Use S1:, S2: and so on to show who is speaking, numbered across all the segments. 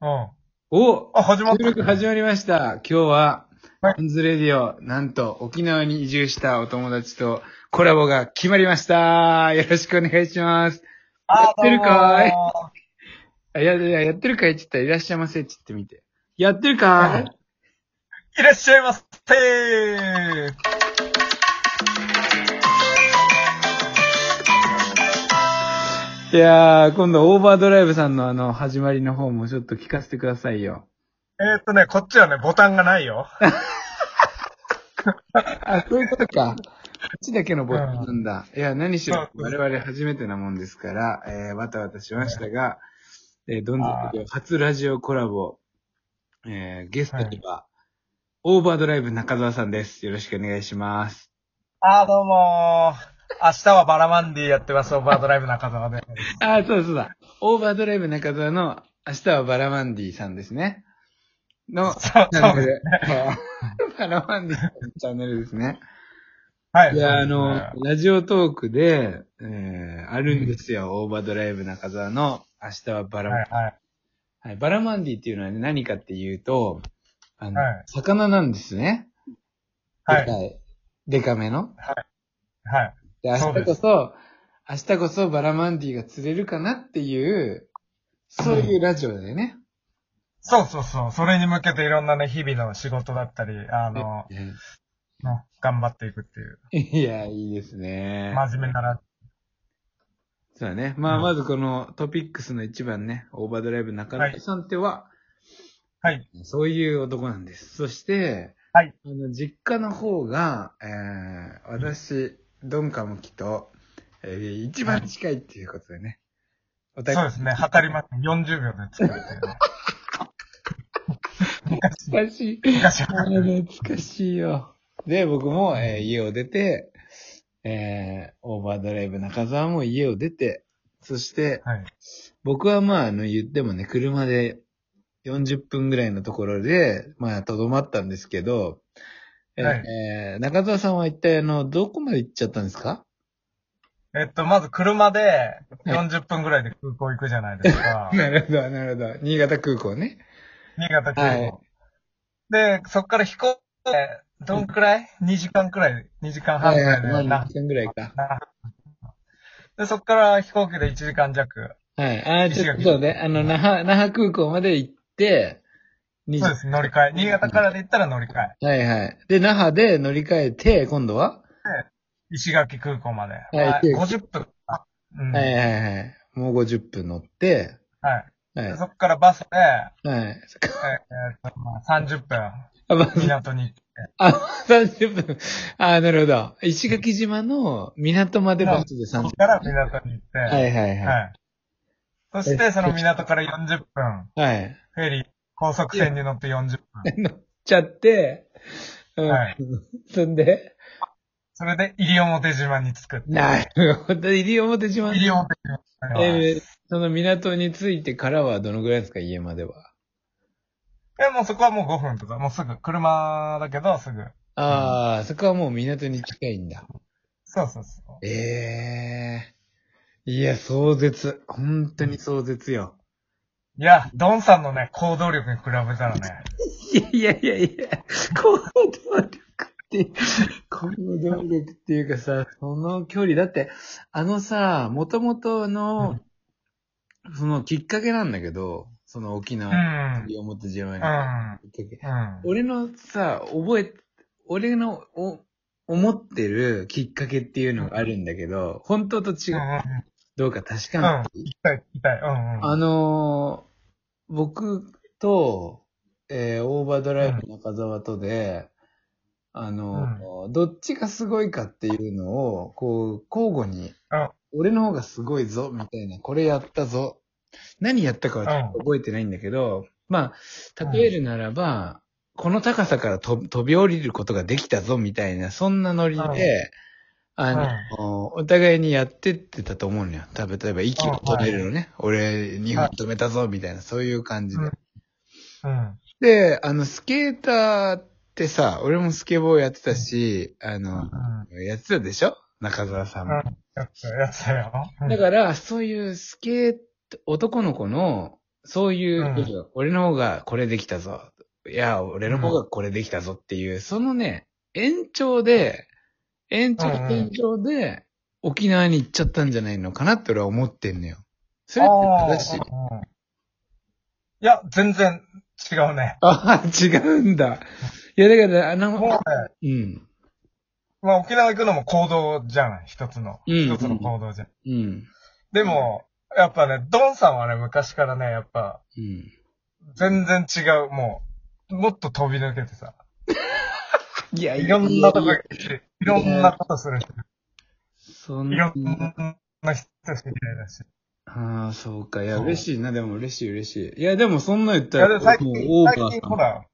S1: うん。
S2: お
S1: あ、始まっ
S2: 収録始まりました。今日は、
S1: はい
S2: ハンズレディオ、なんと沖縄に移住したお友達とコラボが決まりました。よろしくお願いします。
S1: た。
S2: やってるかい
S1: どうも
S2: あや、や、やってるかいって言ったらいらっしゃいませって言ってみて。やってるかい
S1: ーいらっしゃいませー
S2: いやー、今度オーバードライブさんのあの、始まりの方もちょっと聞かせてくださいよ。
S1: えーっとね、こっちはね、ボタンがないよ。
S2: あ、そういうことか。こっちだけのボタンなんだ。いや、何しろ、我々初めてなもんですから、えー、わたわたしましたが、えー、どんずりで初ラジオコラボ、えー、ゲストには、オーバードライブ中澤さんです。よろしくお願いします。
S1: あー、どうもー。明日はバラマンディやってます、オーバードライブ中澤で。
S2: あー、そうだそうだ。オーバードライブ中澤の、明日はバラマンディさんですね。の、チ
S1: そう
S2: ャンネル。バラマンディさんのチャンネルですね。
S1: はい。
S2: いや、あ
S1: そう
S2: の
S1: ですね、
S2: ラジオトークで、えー、あるんですよ。オーバードライブ中澤の明日はバラマン、
S1: はい、はい。
S2: はい、バラマンディっていうのは、ね、何かっていうと、あの、
S1: はい
S2: 魚なんですね。
S1: はい
S2: でかい。でかめの。
S1: はい。
S2: で、明
S1: そう
S2: 日
S1: で
S2: こ
S1: す
S2: そ、明日こそバラマンディが釣れるかなっていう、そういうラジオだよね。
S1: そうそうそう。それに向けていろんなね、日々の仕事だったり、あの、
S2: え
S1: ね頑張っていくっていう。
S2: いや、いいですね。
S1: 真面目なら、
S2: そうだね。まあ、
S1: うん
S2: まずこのトピックスの一番ね、オーバードライブ中澤さんっては、
S1: はい。
S2: そういう男なんです。そして、
S1: はい
S2: あの、実家の方が、えー、私、ドンカムキと、えー、一番近いっていうことでね。
S1: そ
S2: お
S1: う
S2: 互
S1: で
S2: い、
S1: すね。測ります。40秒で作るっていう ね。昔、
S2: 懐かしい。
S1: 昔
S2: あー懐かしいよ。で、僕も、えー家を出て、えー、オーバードライブ中澤も家を出て、そして、
S1: はい。
S2: 僕はまあ、あの、言ってもね、車で40分ぐらいのところで、まあ、とどまったんですけど、えー
S1: はい
S2: えー中澤さんは一体あの、どこまで行っちゃったんですか。
S1: えっと、まず車で40分ぐらいで空港行くじゃないですか
S2: なるほど、なるほど。新潟空港ね。
S1: 新潟空港。
S2: はい
S1: で、そっから飛行機で、どんくらい ?2 時間くらい ?2 時間半
S2: は
S1: く
S2: いは
S1: ら
S2: い
S1: いで、
S2: まあ、
S1: な
S2: 2時間ぐらいか。
S1: なで、そっから飛行機で1時間弱。
S2: はい。ああ、
S1: 石
S2: ちょっ
S1: 垣
S2: とね、あの、那覇、那覇空港まで行って、2
S1: そうです、乗り換え。新潟からで行ったら乗り換え。
S2: はいはい。で、那覇で乗り換えて、今度は、
S1: 石垣空港まで。
S2: い
S1: はい、50分か。うん。
S2: はい
S1: はい。
S2: はいはい。もう50分乗って、は
S1: で
S2: い。
S1: そっからバスで、
S2: はい。
S1: え えっとまあ、30分、
S2: あ、まあ、
S1: 港に行って。
S2: あ、30分。あ、なるほど。石垣島の港までバスで30
S1: そ
S2: 分
S1: っ。から港に行って。
S2: はいはいはい。は
S1: はい。そして、その港から40分、
S2: い。
S1: フェリー、高速船に乗って40分。
S2: 乗っちゃって、うん。
S1: はい
S2: そんで、
S1: それで、西表島に着く。
S2: なるほど。西表島
S1: 西表島
S2: えーその港に着いてからはどのぐらいですか、家までは。
S1: え、もうそこはもう5分とか、もうすぐ、車だけどすぐ。
S2: ああ、そこはもう港に近いんだ。
S1: そうそうそう。
S2: ええいや、壮絶。本当に壮絶よ。
S1: いや、ドンさんのね、行動力に比べたらね、
S2: いやいやいやいや、行動力って、行動力っていうかさ、その距離、だって、あのさ、もともとの、そのきっかけなんだけど、その沖
S1: う
S2: 縄
S1: ん、うん、
S2: に思った自分に、
S1: う
S2: きっかけ
S1: ん。
S2: 俺のさ、覚え、俺のお思ってるきっかけっていうのがあるんだけど、本当と違
S1: うん、
S2: う。どうか確
S1: う
S2: か
S1: ん、
S2: め
S1: うん。痛い、痛い、うん、うん。
S2: あのー僕と、えーオーバードライブ中澤とで、あのーどっちがすごいかっていうのを、こう、交互に
S1: うん、
S2: 俺の方がすごいぞ、みたいな、これやったぞ。何やったかはちょっと覚えてないんだけど、まあ、例えるならば、この高さから飛飛び降りることができたぞ、みたいな、そんなノリで、あの、お互いにやってってたと思うのよ。た例えば息を止めるのね。俺、2本止めたぞ、みたいな、そういう感じで。
S1: うんうん、
S2: で、あの、スケーターってさ、俺もスケボーやってたし、あの、
S1: う
S2: やってたでしょ中澤さん
S1: ん。う
S2: も。
S1: ん。やつ、やつだよ。うん
S2: だから、そういうスケート、男の子の、そういう、
S1: うん
S2: 俺の方がこれできたぞ。いや、俺の方がこれできたぞっていう、そのね、延長で、延長
S1: うんうん
S2: 延長で、沖縄に行っちゃったんじゃないのかなって俺は思ってんのよ。それって正しい。
S1: あーうんうんいや、全然違うね。
S2: ああ、違うんだ。いや、だから、あ
S1: もう
S2: の、
S1: ね、
S2: うん。
S1: まあ沖縄行くのも行動じゃない一つの。
S2: うん
S1: 一つの行動じゃん。
S2: うん。
S1: でも、やっぱね、ドンさんはね、昔からね、やっぱ、
S2: うん。
S1: 全然違う、もう、もっと飛び抜けてさ、
S2: いや、
S1: いろんなとこ行くし、いろんなことするし、
S2: そん
S1: いろ。
S2: なん
S1: な人知り合いだし。
S2: ああ、そうか。いや、
S1: そう
S2: 嬉しいな。でも嬉しい嬉しい。いや、でもそんな言っ
S1: い
S2: た
S1: や、でも
S2: ら、
S1: 最
S2: もう
S1: 近、
S2: オーバ
S1: 最
S2: ー
S1: 近
S2: か
S1: ほ
S2: も。
S1: ら、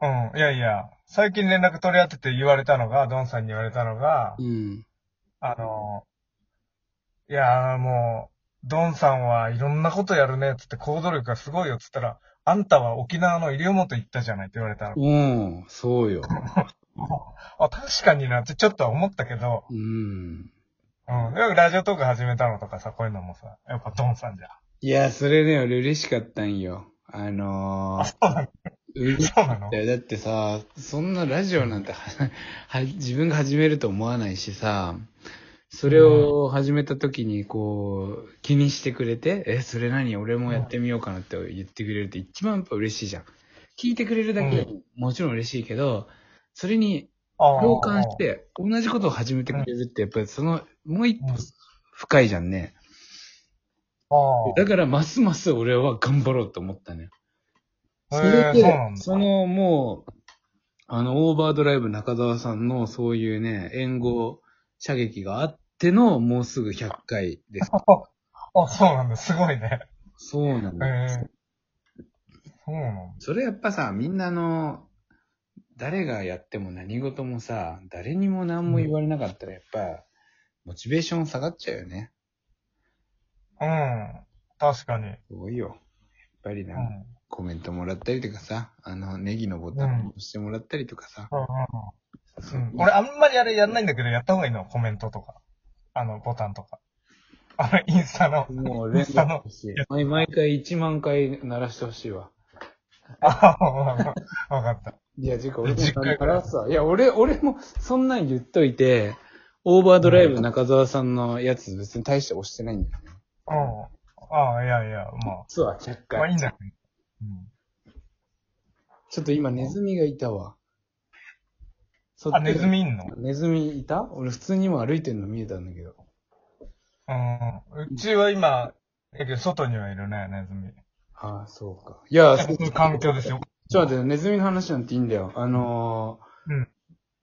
S1: あうん、いやいや、最近連絡取り合ってて言われたのが、ドンさんに言われたのが、
S2: うん。
S1: あの、いやーもう、ドンさんはいろんなことやるね、つって行動力がすごいよ、つったら、あんたは沖縄の西表行ったじゃないって言われたの。
S2: うん、そうよ。
S1: あ、確かになってちょっとは思ったけど、
S2: うん。
S1: うん。よくラジオトーク始めたのとかさ、こういうのもさ、やっぱドンさんじゃん。
S2: いや、それね、俺嬉しかったんよ。あの
S1: あ、
S2: ー
S1: そ、うな の
S2: 嬉しか
S1: そうなの
S2: ったよ。だってさ、そんなラジオなんては、は、自分が始めると思わないしさ、それを始めた時に、こう、気にしてくれて、え、それ何俺もやってみようかなって言ってくれるって一番やっぱ嬉しいじゃん。聞いてくれるだけでももちろん嬉しいけど、それに
S1: あー
S2: 共感し。て、同じことを始めてくれるって、やっぱりその、もう一歩深いじゃんね。
S1: あ
S2: だから、ますます俺は頑張ろうと思ったね。
S1: あ。
S2: そ
S1: へ
S2: れ
S1: え、そう
S2: で
S1: な、んだ。
S2: そのもう、あの、オーバードライブ中澤さんのそういうね、援護射撃があっての、もうすぐ100回 です。
S1: あ、そうなんだ。すごいね。
S2: そうなん
S1: へ
S2: だ。
S1: え。そうなん
S2: それやっぱさ、みんなあの、誰がやっても何事もさ、誰にも何も言われなかったら、やっぱ、モチベーション下がっちゃうよね。
S1: だ。うん。確かに。
S2: すごいよ。やっぱり
S1: う。
S2: なんん
S1: う
S2: か
S1: ん
S2: コメントもらったりとかさ、あの、ネギのボタンを押してもらったりとかさ。
S1: うんうん。うん。俺、あんまりあれやんないんだけど、やった方がいいのコメントとか。あの、ボタンとか。あの、インスタの。
S2: もう連絡欲 しい。毎毎回1万回鳴らしてほしいわ。
S1: ああ、わかったわかった。
S2: いや、てか俺も
S1: 10回
S2: 鳴らすわ。いや、俺、俺もそんなん言っといて、オーバードライブ中澤さんのやつ別に大して押してないんだよね。
S1: うん。ああ、いやいや、ま
S2: そうは100
S1: あ。まあいいん
S2: 回。
S1: だけど。うん
S2: ちょっと今ネズミがいたわ。そ
S1: あ、ネズミいんの
S2: ネズミいた俺普通にも歩いてるの見えたんだけど。
S1: うん。うちは今、いるけど外にはいるね、ネズミ。
S2: ああ、そうか。いや、
S1: そういう環境ですよ。
S2: ちょっと待って、ネズミの話なんていいんだよ。あのー、
S1: うん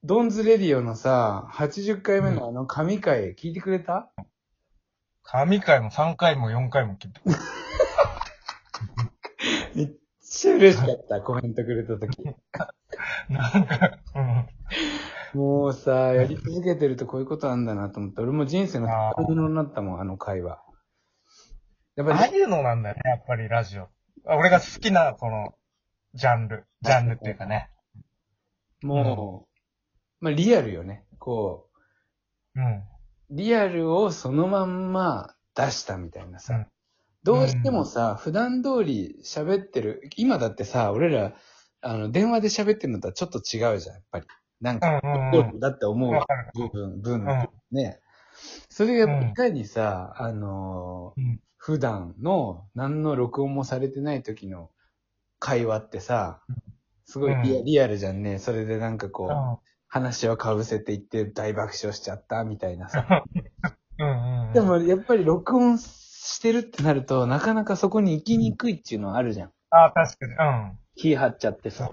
S2: ドンズレディオのさ、80回目のあの神回、聞いてくれた
S1: 神回も3回も4回も切って。
S2: めっちゃ嬉しかった、コメントくれた時。
S1: なんか、うん。
S2: もうさ、やり続けてるとこういうことなんだなと思って、俺も人生の宝物になったもん、あの会話。やっぱ
S1: ああ
S2: り、
S1: いうのなんだよね、やっぱりラジオ。あ俺が好きな、この、ジャンル。ジャンルっていうかね。
S2: もう、まあリアルよね。こ
S1: うん。
S2: う、リアルをそのまんま出したみたいなさ。
S1: うん
S2: どうしてもさ、普段通り喋ってる、今だってさ、俺ら、あの、電話で喋ってるのとはちょっと違うじゃん、やっぱり。なん
S1: う
S2: か、
S1: んうんうん。
S2: だって思う
S1: わかる。
S2: 部分、分、
S1: うん
S2: ね。それが
S1: うん
S2: いかにさ、あのー
S1: うん
S2: 普段の何の録音もされてない時の会話ってさ、すごいリア,、
S1: うん
S2: リアルじゃんね。それでなんかこう、
S1: う
S2: 話は被せていって大爆笑しちゃったみたいなさ。
S1: んうんうん。
S2: で、もやっぱり録音してるってなると、なかなかそこに行きにくいっていうのはあるじゃん。
S1: ああ、確かに。うん。
S2: 気張っちゃってさ。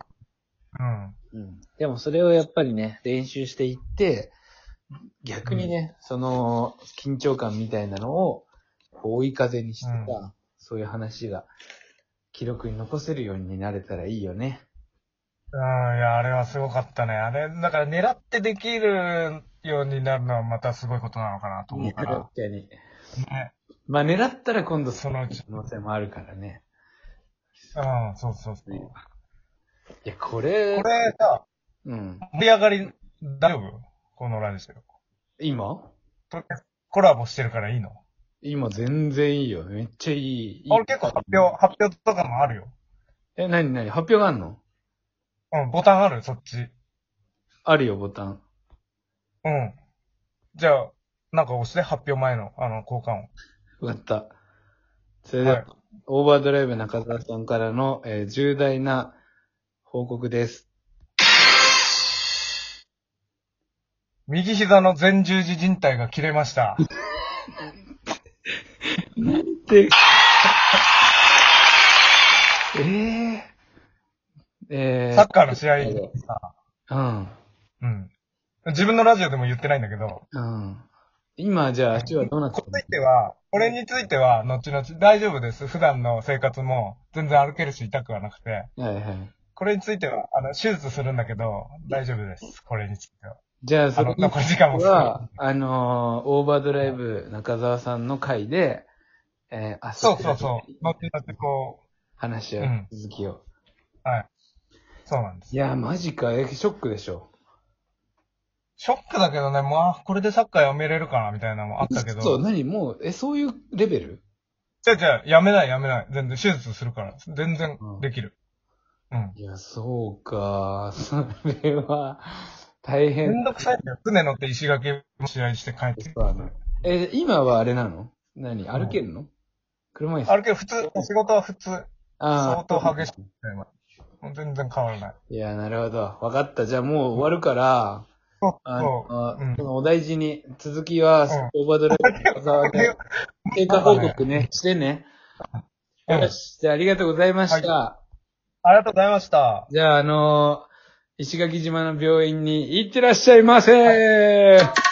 S1: うん。
S2: うん。でもそれをやっぱりね、練習していって、逆にね、その緊張感みたいなのをこう追い風にしてさ、
S1: う
S2: そういう話が記録に残せるようになれたらいいよね。
S1: うん、いや、あれはすごかったね。あれ、だから狙ってできるようになるのはまたすごいことなのかなと思うか
S2: 確
S1: ら。
S2: かに。
S1: ね。
S2: まあ狙ったら今度そ
S1: そ
S2: の
S1: のうち。
S2: 可能性もあるからね。
S1: うん、そうそうそう。
S2: い
S1: こ
S2: や、これ、
S1: れさ、
S2: うん。
S1: 盛り上がり、大丈夫このラジオ。
S2: 今
S1: コラボしてるからいいの
S2: 今全然いいよ。めっちゃいい。いい
S1: 俺結構発表、発表とかもあるよ。
S2: え、なになに発表があんの
S1: うん、ボタンあるそっち。
S2: あるよ、ボタン。
S1: うん。じゃあ、なんか押して、発表前の、あの、交換
S2: よかった。それ
S1: を。
S2: では、
S1: はい。
S2: オーバードライブ中澤さんからの、えー重大な報告です。
S1: 右膝の前十字靭帯が切れました。
S2: で、 えー、えー、
S1: サッカーの試合
S2: う
S1: さ、
S2: ん、
S1: うん。自分のラジオでも言ってないんだけど、
S2: うん。今、じゃあ足はどうなって
S1: こ
S2: る
S1: れについては、これについては、後々、大丈夫です。普段の生活も、全然歩けるし痛くはなくて、
S2: はいはい。
S1: これについては、あの、手術するんだけど、大丈夫です。これについては。
S2: じゃあ、
S1: あ
S2: それ
S1: の、残り時間も少ない
S2: は、あのーオーバードライブ中澤さんの回で、えー、あ
S1: そうそうそう。後々こ
S2: 話し合
S1: う
S2: うん続きを。
S1: う、はい。そうなんです
S2: い。やー、マジか。えー、ショックでしょ。
S1: ショックだけどね、もう、あこれでサッカーやめれるかな、みたいなのもあったけど。
S2: そう、何もう、え、そういうレベル
S1: じゃじゃやめない、やめない。全然、手術するから。全然、できる。うん。
S2: いや、そうか。 それは、大
S1: め
S2: 変
S1: んどくさいんだよ。船乗って石垣も試合して帰っ
S2: で
S1: て
S2: すわね。え、今はあれなの何歩けるの、車椅子
S1: あるけど、普通、仕事は普通。
S2: あ
S1: 相当
S2: ー
S1: 激しい。もう全然変わらない。
S2: いや、なるほど。わかった。じゃあもう終わるから、
S1: そう、
S2: あ
S1: そ
S2: の、
S1: う。うん
S2: そ。のお大事に、続きは、オーバードライブ、沢 で、経過報告ね、してね。
S1: うん
S2: よし。じゃあありがとうございました。
S1: ありがとうございました。
S2: じゃあ、あのー石垣島の病院に行ってらっしゃいませー